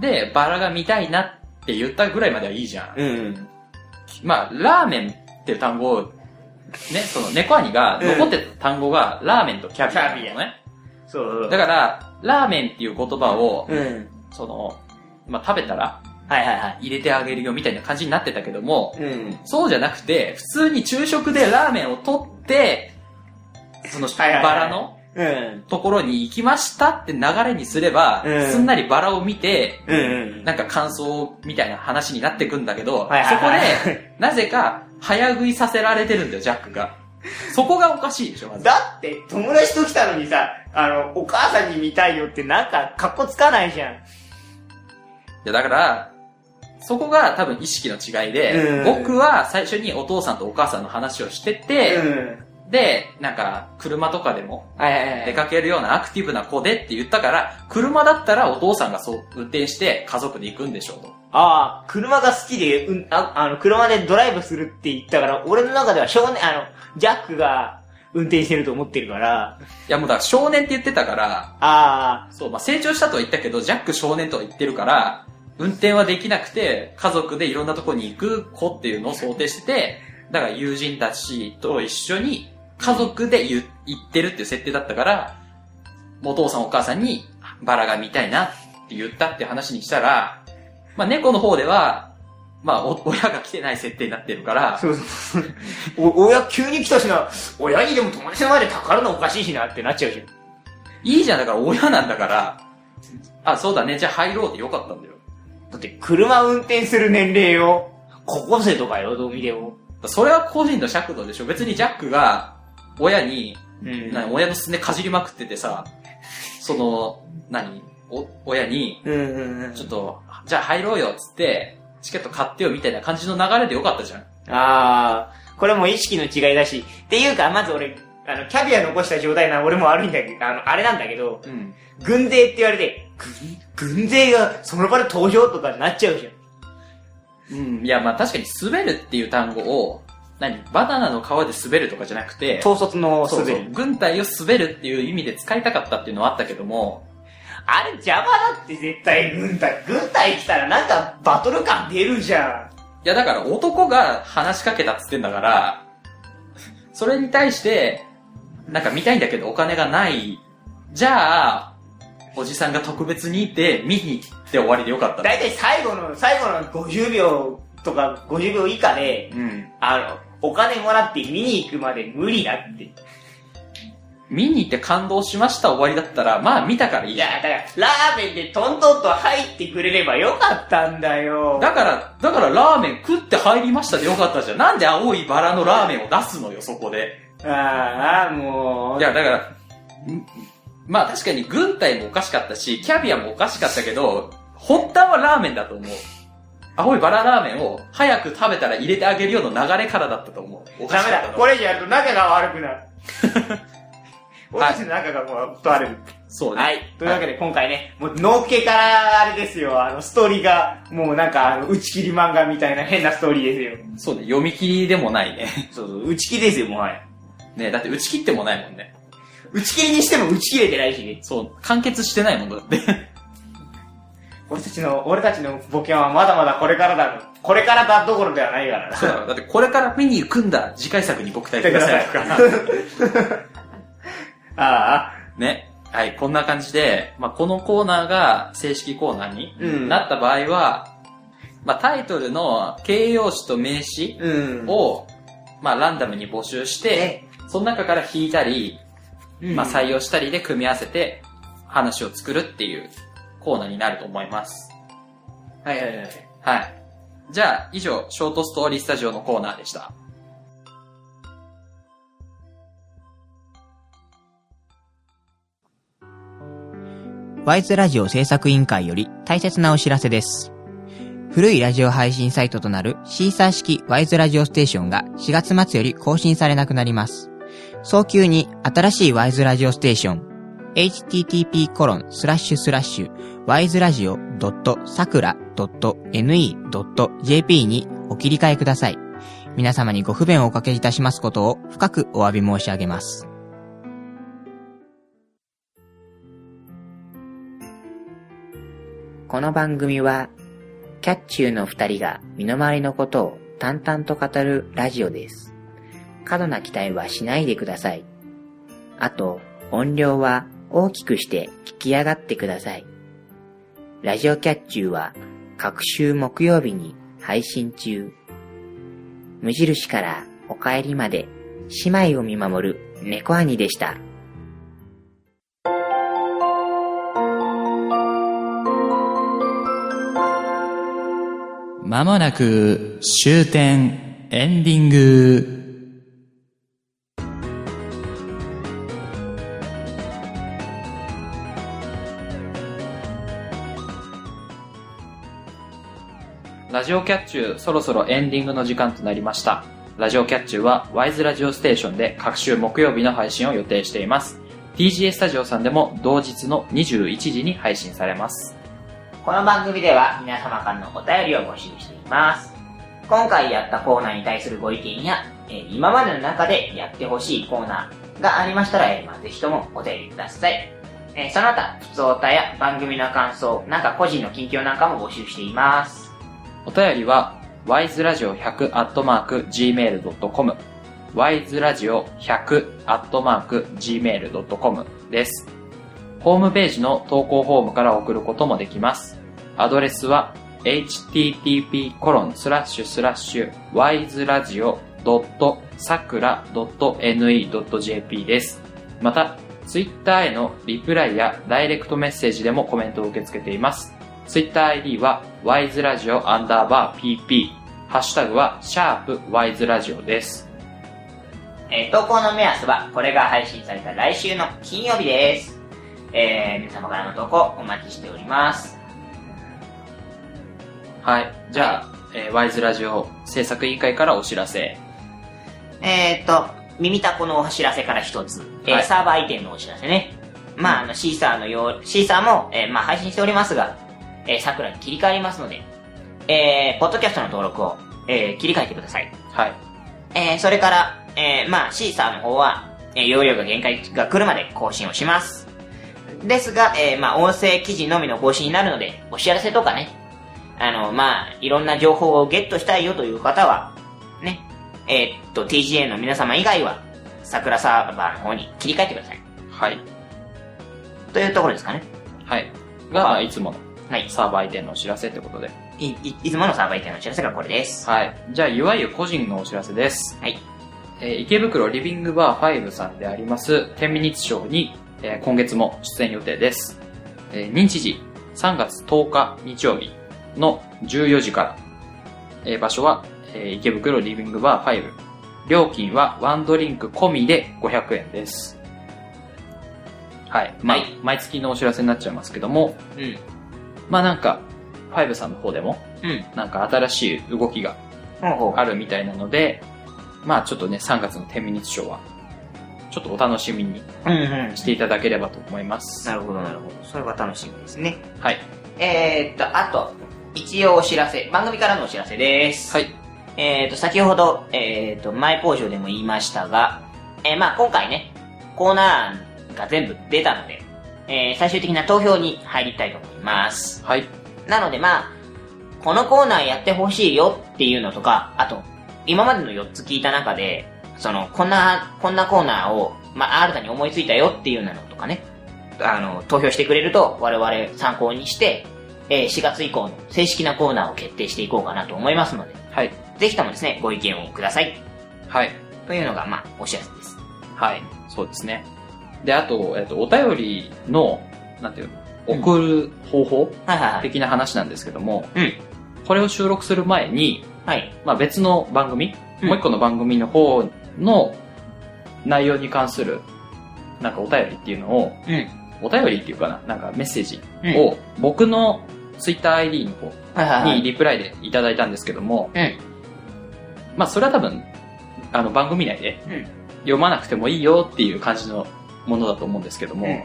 Speaker 3: で、バラが見たいなって言ったぐらいまではいいじゃん。
Speaker 2: うん。うん。
Speaker 3: まあ、ラーメンっていう単語を、ね、その、猫兄が残ってた単語が、ラーメンとキャビアなの
Speaker 2: キャビ
Speaker 3: ね。
Speaker 2: そう。
Speaker 3: だから、ラーメンっていう言葉を、
Speaker 2: うん。
Speaker 3: その、まあ、食べたら
Speaker 2: はいはいはい。
Speaker 3: 入れてあげるよみたいな感じになってたけども、
Speaker 2: うん。
Speaker 3: そうじゃなくて、普通に昼食でラーメンを取って、その、
Speaker 2: はいはいはい
Speaker 3: バラの
Speaker 2: うん。
Speaker 3: ところに行きましたって流れにすれば、
Speaker 2: うん
Speaker 3: すんなりバラを見て、
Speaker 2: うん。
Speaker 3: なんか感想みたいな話になってくんだけど、
Speaker 2: はいはいはい
Speaker 3: そこで、なぜか早食いさせられてるんだよ、ジャックが。そこがおかしいでしょ、まず。
Speaker 2: だって、友達と来たのにさ、あの、お母さんに見たいよってなんか、かっこつかないじゃん。
Speaker 3: いや、だから、そこが多分意識の違いで、
Speaker 2: うん
Speaker 3: 僕は最初にお父さんとお母さんの話をしてて、
Speaker 2: ん。
Speaker 3: で、なんか、車とかでも
Speaker 2: はいはいはい。
Speaker 3: 出かけるようなアクティブな子でって言ったから、車だったらお父さんがそう運転して家族で行くんでしょうと。
Speaker 2: ああ、車が好きで、うん、あ、あの、車でドライブするって言ったから、俺の中では少年、あの、ジャックが運転してると思ってるから、
Speaker 3: いやもうだから少年って言ってたから、
Speaker 2: ああ、
Speaker 3: そう、まあ成長したとは言ったけど、ジャック少年とは言ってるから、運転はできなくて、家族でいろんなとこに行く子っていうのを想定してて、だから友人たちと一緒に家族でゆ行ってるっていう設定だったから、もうお父さんお母さんにバラが見たいなって言ったって話にしたら、まあ猫の方では、まあお親が来てない設定になってるから、
Speaker 2: そうそうそう。お、親、急に来たしな、親にでも友達の前でたかるのおかしいしなってなっちゃうじゃん。
Speaker 3: いいじゃん、だから親なんだから、あ、そうだね、じゃあ入ろうってよかったんだよ。
Speaker 2: だって、車運転する年齢を、高校生とかよ、どう見ても。
Speaker 3: それは個人の尺度でしょ。別にジャックが、親に、
Speaker 2: うん
Speaker 3: な親のすねかじりまくっててさ、その、何お、親に、
Speaker 2: うんうんうん
Speaker 3: ちょっと、じゃあ入ろうよっつって、チケット買ってよみたいな感じの流れでよかったじゃん。
Speaker 2: ああ、これも意識の違いだし。っていうか、まず俺、あの、キャビア残した状態な俺も悪いんだけど、あの、あれなんだけど、
Speaker 3: うん。
Speaker 2: 軍勢って言われて、軍、軍勢がその場で投票とかになっちゃうじゃん。
Speaker 3: うん。いや、まあ確かに滑るっていう単語を、何バナナの皮で滑るとかじゃなくて、
Speaker 2: 統率の
Speaker 3: そう
Speaker 2: 滑
Speaker 3: そ
Speaker 2: り
Speaker 3: う。軍隊を滑るっていう意味で使いたかったっていうのはあったけども、
Speaker 2: あれ邪魔だって絶対軍隊。軍隊来たらなんかバトル感出るじゃ
Speaker 3: いやだから男が話しかけたっつってんだから、それに対して、なんか見たいんだけどお金がない。じゃあ、おじさんが特別にいて見に行って終わりでよかった
Speaker 2: ん。。だいたい最後の、最後の50秒とか50秒以下で、
Speaker 3: うん。
Speaker 2: あの、お金もらって見に行くまで無理だって。
Speaker 3: 見に行って感動しました終わりだったら、まあ見たからいい
Speaker 2: い
Speaker 3: じゃん。
Speaker 2: や、だから、ラーメンでトントンと入ってくれればよかったんだよ。
Speaker 3: だから、だからラーメン食って入りましたでよかったじゃん。なんで青いバラのラーメンを出すのよ、そこで。
Speaker 2: ああ、もう。
Speaker 3: いや、だから、んまあ確かに軍隊もおかしかったし、キャビアもおかしかったけど、発端はラーメンだと思う。青いバララーメンを早く食べたら入れてあげるような流れからだったと思う。おか
Speaker 2: ダ
Speaker 3: し
Speaker 2: メ
Speaker 3: かった
Speaker 2: だ。
Speaker 3: の
Speaker 2: これ以上やると仲が悪 くなる。俺
Speaker 3: はい
Speaker 2: たちの仲がもう、とあれる。
Speaker 3: そうね。
Speaker 2: はい。というわけで今回ね、もう、脳系から、あれですよ、あの、ストーリーが、もうなんか、あの打ち切り漫画みたいな変なストーリーですよ。
Speaker 3: そうね。読み切りでもないね。
Speaker 2: そうそう、打ち切りですよ、もうはい。
Speaker 3: ねだって打ち切ってもないもんね。
Speaker 2: 打ち切りにしても打ち切れてないしね。
Speaker 3: そう。完結してないもんだって。
Speaker 2: 俺たちの、俺たちのボケはまだまだこれからだろ。これからだどころではないからな。
Speaker 3: そうだろ。だってこれから見に行くんだ。次回作にご期待ください。
Speaker 2: ああ、
Speaker 3: ね。はい、こんな感じで、まあ、このコーナーが正式コーナーに
Speaker 2: うん
Speaker 3: なった場合は、まあ、タイトルの形容詞と名詞
Speaker 2: うん。
Speaker 3: を、まあ、ランダムに募集して、その中から引いたり、
Speaker 2: うん
Speaker 3: まあ、採用したりで組み合わせて話を作るっていうコーナーになると思います。
Speaker 2: はいはいはい。
Speaker 3: はい。じゃあ、以上、ショートストーリースタジオのコーナーでした。
Speaker 6: ワイズラジオ制作委員会より大切なお知らせです。古いラジオ配信サイトとなるシーサー式ワイズラジオステーションが4月末より更新されなくなります。早急に新しいワイズラジオステーション http://wiseradio.sakura.ne.jp にお切り替えください。皆様にご不便をおかけいたしますことを深くお詫び申し上げます。
Speaker 7: この番組は、キャッチューの二人が身の回りのことを淡々と語るラジオです。過度な期待はしないでください。あと、音量は大きくして聞き上がってください。ラジオキャッチューは、各週木曜日に配信中。無印からお帰りまで、姉妹を見守る猫兄でした。
Speaker 1: まもなく終点エンディング。
Speaker 3: ラジオキャッチュー、そろそろエンディングの時間となりました。ラジオキャッチューは、ワイズラジオステーションで各週木曜日の配信を予定しています。TGA スタジオさんでも同日の21時に配信されます。
Speaker 2: この番組では皆様からのお便りを募集しています。今回やったコーナーに対するご意見や、えー今までの中でやってほしいコーナーがありましたら、えーまあ、ぜひともお便りください。えーその他、普通歌や番組の感想、なんか個人の近況なんかも募集しています。
Speaker 3: お便りは、wiseradio100-gmail.com、wiseradio100-gmail.com です。ホームページの投稿フォームから送ることもできます。アドレスは http://wiseradio.sakura.ne.jp です。また、ツイッターへのリプライやダイレクトメッセージでもコメントを受け付けています。ツイッター ID は wiseradio アンダーバー pp。ハッシュタグは sharpwiseradio です。
Speaker 6: えー投稿の目安は、これが配信された来週の金曜日です。えー、皆様からの投稿お待ちしております。
Speaker 3: はい。じゃあ、えーワイズラジオ制作委員会からお知らせ。
Speaker 6: えー、と、耳たこのお知らせから一つ、えー
Speaker 3: はい
Speaker 6: サーバー移転のお知らせね。まあ、あの、シーサーのよう、シーサーも、えーまあ、配信しておりますが、えー、桜に切り替わりますので、えー、ポッドキャストの登録を、えー、切り替えてください。
Speaker 3: はい。
Speaker 6: えー、それから、えー、まあ、シーサーの方は、えー、容量が限界が来るまで更新をします。ですが、えー、まあ、音声記事のみの更新になるので、お知らせとかね、あの、まあ、いろんな情報をゲットしたいよという方は、ね、えーっと、TGA の皆様以外は、桜サーバーの方に切り替えてください。
Speaker 3: はい。
Speaker 6: というところですかね。
Speaker 3: はい。が、まあいつもの
Speaker 6: はい。
Speaker 3: サーバー移転のお知らせってことで。
Speaker 6: い、い、いつものサーバー移転のお知らせがこれです。
Speaker 3: はい。じゃあ、いわゆる個人のお知らせです。
Speaker 6: はい。
Speaker 3: えー池袋リビングバー5さんであります、天ミニッツショーに、えー今月も出演予定です。えー日時、3月10日日曜日の14時から。えー場所は、えー池袋リビングバー5。料金はワンドリンク込みで500円です。はい。まあ
Speaker 6: はい
Speaker 3: 毎月のお知らせになっちゃいますけども、
Speaker 6: うん。
Speaker 3: まあなんか、5さんの方でも、
Speaker 6: うん。
Speaker 3: なんか新しい動きが
Speaker 6: ほうほう。
Speaker 3: あるみたいなので、まあちょっとね、3月の天ミニッショーは、ちょっとお楽しみに
Speaker 6: うんうん。
Speaker 3: していただければと思います。
Speaker 6: なるほど、なるほど。それは楽しみですね。
Speaker 3: はい。
Speaker 6: えー、っと、あと、一応お知らせ、番組からのお知らせです。
Speaker 3: はい。
Speaker 6: えー、っと、先ほど、えー、っと、前工場でも言いましたが、えー、まあ今回ね、コーナーが全部出たので、えー、最終的な投票に入りたいと思います。
Speaker 3: はい。
Speaker 6: なのでまあ、このコーナーやってほしいよっていうのとか、あと、今までの4つ聞いた中で、その、こんな、こんなコーナーを、まあ、新たに思いついたよっていうようなのとかね、あの、投票してくれると、我々参考にして、えー4月以降の正式なコーナーを決定していこうかなと思いますので、
Speaker 3: はい。
Speaker 6: ぜひともですね、ご意見をください。
Speaker 3: はい。
Speaker 6: というのが、まあ、お知らせです。
Speaker 3: はい。そうですね。で、あと、えっと、お便りの、なんていうの、送る方法
Speaker 6: はいはいはい。
Speaker 3: 的な話なんですけども、
Speaker 6: うん
Speaker 3: これを収録する前に、
Speaker 6: はい。
Speaker 3: まあ別の番組、
Speaker 6: うん
Speaker 3: もう一個の番組の方の内容に関する、なんかお便りっていうのを、
Speaker 6: うん。
Speaker 3: お便りっていうかな、なんかメッセージ
Speaker 6: うん
Speaker 3: を僕の TwitterID の方
Speaker 6: はいはいは
Speaker 3: に
Speaker 6: い。
Speaker 3: リプライでいただいたんですけども、
Speaker 6: うん。
Speaker 3: まあそれは多分、あの番組内で
Speaker 6: うん
Speaker 3: 読まなくてもいいよっていう感じのものだと思うんですけども、
Speaker 6: うん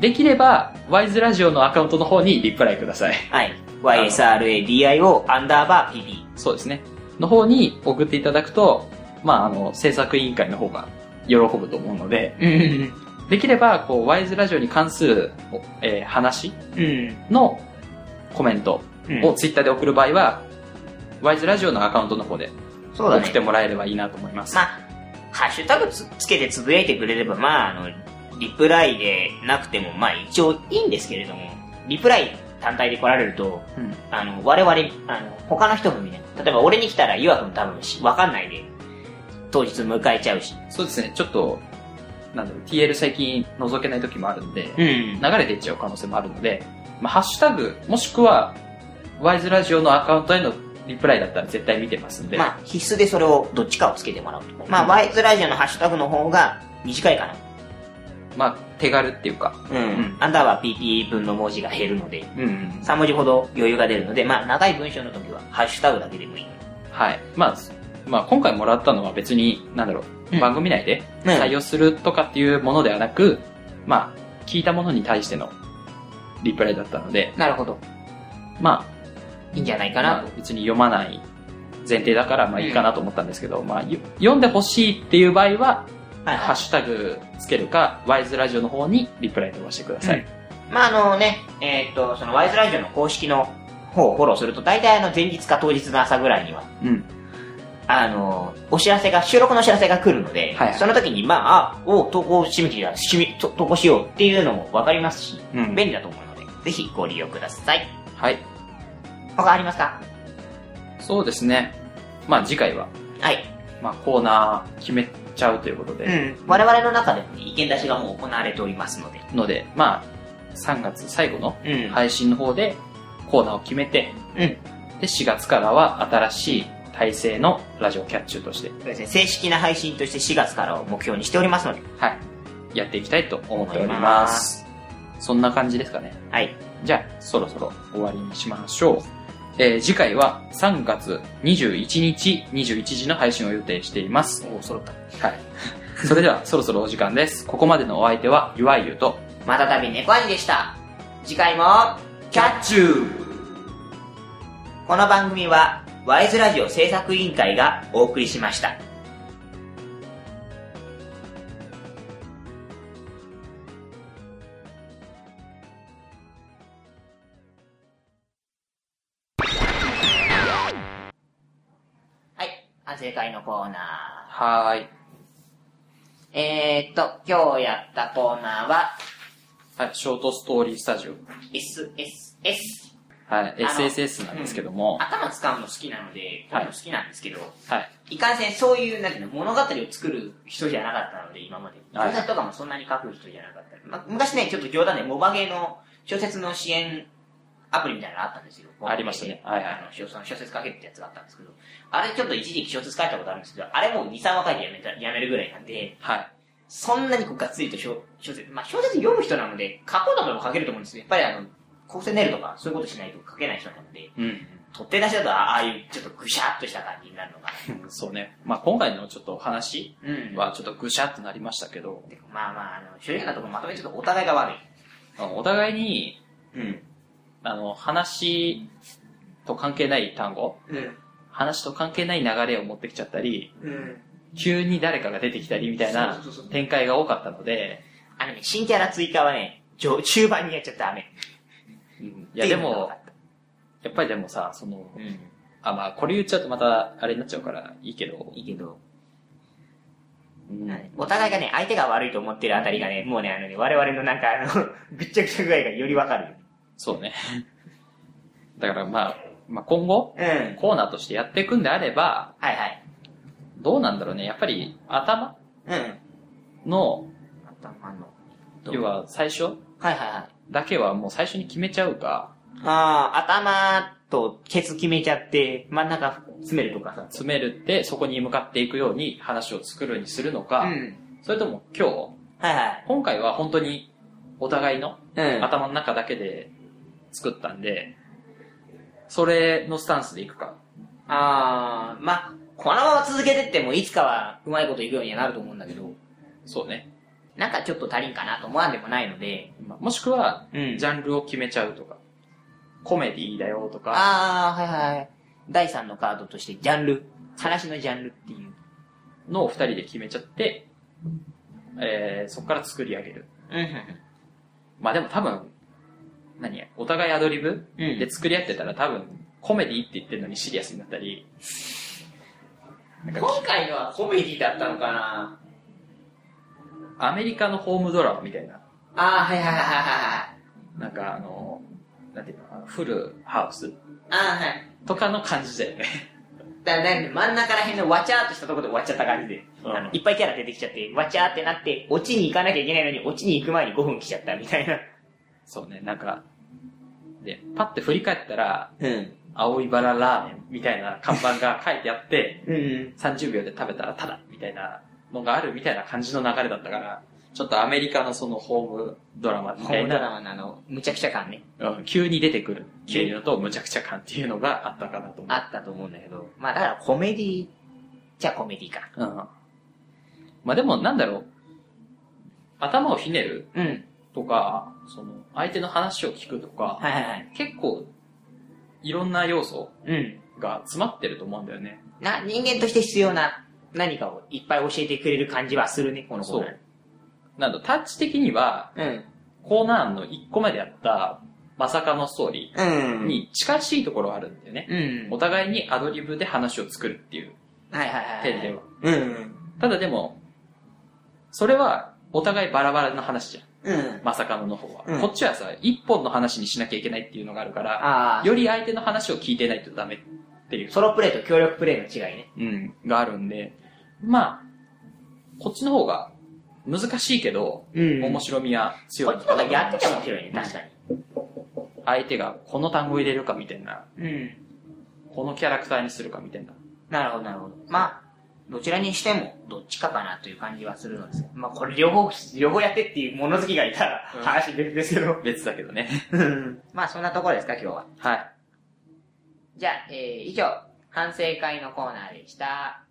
Speaker 3: できれば、ワイズラジオのアカウントの方にリプライください。
Speaker 6: はい。YSRADIO アンダーバー PB。
Speaker 3: そうですね。の方に送っていただくと、まああの制作委員会の方が喜ぶと思うので、
Speaker 6: うんうん
Speaker 3: できれば、こう、ワイズラジオに関する、おえー話
Speaker 6: うん。
Speaker 3: のコメント
Speaker 6: うん。
Speaker 3: をツイッターで送る場合は、ワイズラジオのアカウントの方で
Speaker 6: そうだ
Speaker 3: 送
Speaker 6: ね
Speaker 3: って。もらえればいいなと思います。
Speaker 6: まあ、ハッシュタグつつけてつぶやいてくれれば、まあ、あの、リプライでなくても、まあ一応いいんですけれども、リプライ単体で来られると、
Speaker 3: うん
Speaker 6: あの、我々、あの、他の人もみたいな。例えば俺に来たら、ゆわくん多分しわかんないで、当日迎えちゃうし。
Speaker 3: そうですね、ちょっと、なんだろう、TL 最近覗けない時もあるんで、
Speaker 6: う
Speaker 3: 流
Speaker 6: ん。
Speaker 3: れていっちゃう可能性もあるので、まあ、ハッシュタグ、もしくは、ワイズラジオのアカウントへのリプライだったら絶対見てますんで、
Speaker 6: まあ、必須でそれを、どっちかをつけてもらうと。まあ、ワイズラジオのハッシュタグの方が短いかな。
Speaker 3: まあ、手軽っていうか、
Speaker 6: うん。
Speaker 3: ん
Speaker 6: アンダーは PP 分の文字が減るので、
Speaker 3: うんうん
Speaker 6: 3文字ほど余裕が出るので、まあ、長い文章の時は、ハッシュタグだけでもいい。
Speaker 3: はい。まあ、まあ、今回もらったのは別に、なんだろう、
Speaker 6: うん
Speaker 3: 番組内で
Speaker 6: うん
Speaker 3: 採用するとかっていうものではなく、まあ、聞いたものに対してのリプライだったので、
Speaker 6: なるほど。
Speaker 3: ま
Speaker 6: いいんじゃない
Speaker 3: あ、
Speaker 6: かな
Speaker 3: まあ別に読まない前提だから、まあいいかなと思ったんですけど、まあ、よ読んでほしいっていう場合は、
Speaker 6: と。はい
Speaker 3: ハ
Speaker 6: は
Speaker 3: ッシュタグつけるか、ワイズラジオの方にリプライ飛ばしてください。
Speaker 6: い。まあ、あのね、えーっと、その、ワイズラジオの公式の方をフォローすると、大体あの、前日か当日の朝ぐらいには、
Speaker 3: うん。
Speaker 6: あの、お知らせが、収録のお知らせが来るので、
Speaker 3: はいはい
Speaker 6: その時に、まあ、あ、お、投稿締め切りだ、締め、と投稿しようっていうのもわかりますし、
Speaker 3: うん
Speaker 6: 便利だと思うので、ぜひご利用ください。
Speaker 3: はい。
Speaker 6: 他ありますか
Speaker 3: そうですね。まあ次回は、
Speaker 6: はい。
Speaker 3: まあコーナー決めちゃうということで、
Speaker 6: うん。我々の中でも意見出しがもう行われておりますので、
Speaker 3: ので、まあ、3月最後の
Speaker 6: うん。
Speaker 3: 配信の方でコーナーを決めて、
Speaker 6: うん
Speaker 3: で、4月からは新しい体制のラジオキャッチューとして、
Speaker 6: そうですね正式な配信として4月からを目標にしておりますので、
Speaker 3: はい、やっていきたいと思っております。そんな感じですかね。
Speaker 6: はい。
Speaker 3: じゃあ、そろそろ終わりにしましょう。えー次回は3月21日21時の配信を予定しています。
Speaker 6: おお、揃った。
Speaker 3: はい。それでは、そろそろお時間 です。ここまでのお相手は、ゆわゆと、
Speaker 6: またたび猫兄でした。次回も、キャッチューこの番組は、ワイズラジオ制作委員会がお送りしました。はい、反省会のコーナー。
Speaker 3: はーい。
Speaker 6: えーっと、今日やったコーナーは、
Speaker 3: はい、ショートストーリースタジオ。
Speaker 6: SSS。
Speaker 3: はい、
Speaker 6: あの
Speaker 3: SSS なんですけども、
Speaker 6: 頭使うの好きなので、こういうの好きなんですけど、
Speaker 3: はい。
Speaker 6: い、かんせんそういう、なんていうの、物語を作る人じゃなかったので、今まで。
Speaker 3: はい
Speaker 6: 小説とかもそんなに書く人じゃなかった。ま、昔ね、ちょっと冗談で、モバゲーの小説の支援アプリみたいなのあったんですよ。
Speaker 3: ありましたねはいはい
Speaker 6: あの小その小説書けるってやつがあったんですけど、あれちょっと一時期小説書いたことあるんですけど、あれもう2、3話書いてやめた、やめるぐらいなんで、
Speaker 3: はい。
Speaker 6: そんなにこうがっつりと小小説、まあ小説読む人なので、書こうと思えば書けると思うんですよ。やっぱりあの、構成練るとか、そういうことしないと書けない人なので、
Speaker 3: うん。
Speaker 6: 取っ手出しだと、あああいうちょっとぐしゃっとした感じになるのが。
Speaker 3: そうね。まあ今回のちょっと話
Speaker 6: うん。
Speaker 3: はちょっとぐしゃっとなりましたけど、
Speaker 6: でまあまあ、あの、正直なところまとめちょっとお互いが悪い。
Speaker 3: あのお互いに、
Speaker 6: うん。
Speaker 3: あの、話と関係ない単語、
Speaker 6: うん。
Speaker 3: 話と関係ない流れを持ってきちゃったり、
Speaker 6: うん。
Speaker 3: 急に誰かが出てきたりみたいな
Speaker 6: そうそうそう
Speaker 3: 展開が多かったので、
Speaker 6: あのね、新キャラ追加はね、上中盤にやっちゃダメ。
Speaker 3: うんいやでも、やっぱりでもさ、その、
Speaker 6: うん。
Speaker 3: あ、まあこれ言っちゃうとまたあれになっちゃうからいいけど、
Speaker 6: いいけど、
Speaker 3: うん
Speaker 6: お互いがね、相手が悪いと思ってるあたりがね、もうね、あのね、我々のなんかあの、 ぐっちゃぐちゃ具合がよりわかる。
Speaker 3: そうね。だからまあ、まあ今後、
Speaker 6: うん。はい
Speaker 3: コーナーとしてやっていくんであれば、
Speaker 6: はい。
Speaker 3: どうなんだろうね。やっぱり頭
Speaker 6: うん。
Speaker 3: の、
Speaker 6: 頭の。どう
Speaker 3: 要は最初
Speaker 6: はいはいはい。
Speaker 3: だけはもう最初に決めちゃうか、
Speaker 6: ああ、頭とケツ決めちゃって、真ん中詰めるとかさ。
Speaker 3: 詰めるってそこに向かっていくように話を作るにするのか、
Speaker 6: ん。
Speaker 3: それとも今日、
Speaker 6: はいはい。
Speaker 3: 今回は本当にお互いの
Speaker 6: うん。
Speaker 3: 頭の中だけで作ったんで、それのスタンスでいくか。
Speaker 6: ああ、まあ、このまま続けてってもいつかはうまいこといくようにはなると思うんだけど、
Speaker 3: そうね。
Speaker 6: なんかちょっと足りんかなと思わんでもないので、
Speaker 3: まあもしくは、
Speaker 6: うん
Speaker 3: ジャンルを決めちゃうとか、コメディだよとか、
Speaker 6: ああ、はいはい。第3のカードとしてジャンル、話のジャンルっていう。
Speaker 3: のを二人で決めちゃって、えー、そこから作り上げる。
Speaker 6: う
Speaker 3: まあでも多分、何や、お互いアドリブ
Speaker 6: ん。うん。
Speaker 3: で作り合ってたら多分、コメディって言ってるのにシリアスになったり、なんか
Speaker 6: 今回のはコメディだったのかな
Speaker 3: アメリカのホームドラマみたいな、
Speaker 6: ああ、はいはいはいはいはい。
Speaker 3: なんかあの、なんていうのかな、フルハウス
Speaker 6: ああ、はい。
Speaker 3: とかの感じだよね。
Speaker 6: だからなんか真ん中ら辺のわちゃーっとしたところで終わっちゃった感じで、
Speaker 3: うん
Speaker 6: あのいっぱいキャラ出てきちゃって、わちゃーってなって、落ちに行かなきゃいけないのに、落ちに行く前に5分来ちゃったみたいな。
Speaker 3: そうね、なんか、で、パッて振り返ったら、
Speaker 6: うん。
Speaker 3: 青いバララーメンみたいな看板が書いてあって、
Speaker 6: うん。
Speaker 3: 30秒で食べたらタダみたいなのがあるみたいな感じの流れだったから、ちょっとアメリカのそのホームドラマ み
Speaker 6: ホ
Speaker 3: た
Speaker 6: ー
Speaker 3: い
Speaker 6: ムドラ
Speaker 3: な、
Speaker 6: マのあの、むちゃくちゃ感ね、
Speaker 3: うん急に出てくるっていうのと無茶苦茶感っていうのがあったかなと思
Speaker 6: あったと思うんだけど、まあだからコメディじゃあコメディか。
Speaker 3: う。うん。まあでもなんだろう、頭をひねる
Speaker 6: うん。
Speaker 3: とか、その相手の話を聞くとか、
Speaker 6: はいはいはい。
Speaker 3: 結構いろんな要素
Speaker 6: うん。
Speaker 3: が詰まってると思うんだよね。
Speaker 6: な、人間として必要な何かをいっぱい教えてくれる感じはするね、この子
Speaker 3: そう。なんだ、タッチ的には
Speaker 6: うん。
Speaker 3: コーナー案の1個目であったまさかのストーリー。
Speaker 6: うん。
Speaker 3: に近しいところはあるんだよね。
Speaker 6: うん。
Speaker 3: お互いにアドリブで話を作るっていう
Speaker 6: はいはいはい。
Speaker 3: 点では。
Speaker 6: うん。
Speaker 3: ただでも、それはお互いバラバラの話じゃん。
Speaker 6: うん。
Speaker 3: まさかのの方は。
Speaker 6: うん
Speaker 3: こっちはさ、一本の話にしなきゃいけないっていうのがあるから、
Speaker 6: ああ、
Speaker 3: より相手の話を聞いてないとダメっていう、
Speaker 6: ソロプレイと協力プレイの違いね。
Speaker 3: うん、があるんで、まあ、こっちの方が難しいけど、
Speaker 6: うん
Speaker 3: 面白みは強い
Speaker 6: こっ
Speaker 3: の
Speaker 6: ちの
Speaker 3: か
Speaker 6: 方が
Speaker 3: な
Speaker 6: やってて面白いね、確か
Speaker 3: 相手がこの単語入れるかみたいな、
Speaker 6: に。うん。
Speaker 3: このキャラクターにするかみたいな。
Speaker 6: なるほど、なるほど。まあ、どちらにしても、どっちかかなという感じはするのですけどまあ、これ両方、両方やってっていう物好きがいたら、
Speaker 3: うん
Speaker 6: 話別ですけど。
Speaker 3: 別だけどね。
Speaker 6: うんまあ、そんなところですか、今日は。
Speaker 3: はい。
Speaker 6: じゃあ、えー、以上、反省会のコーナーでした。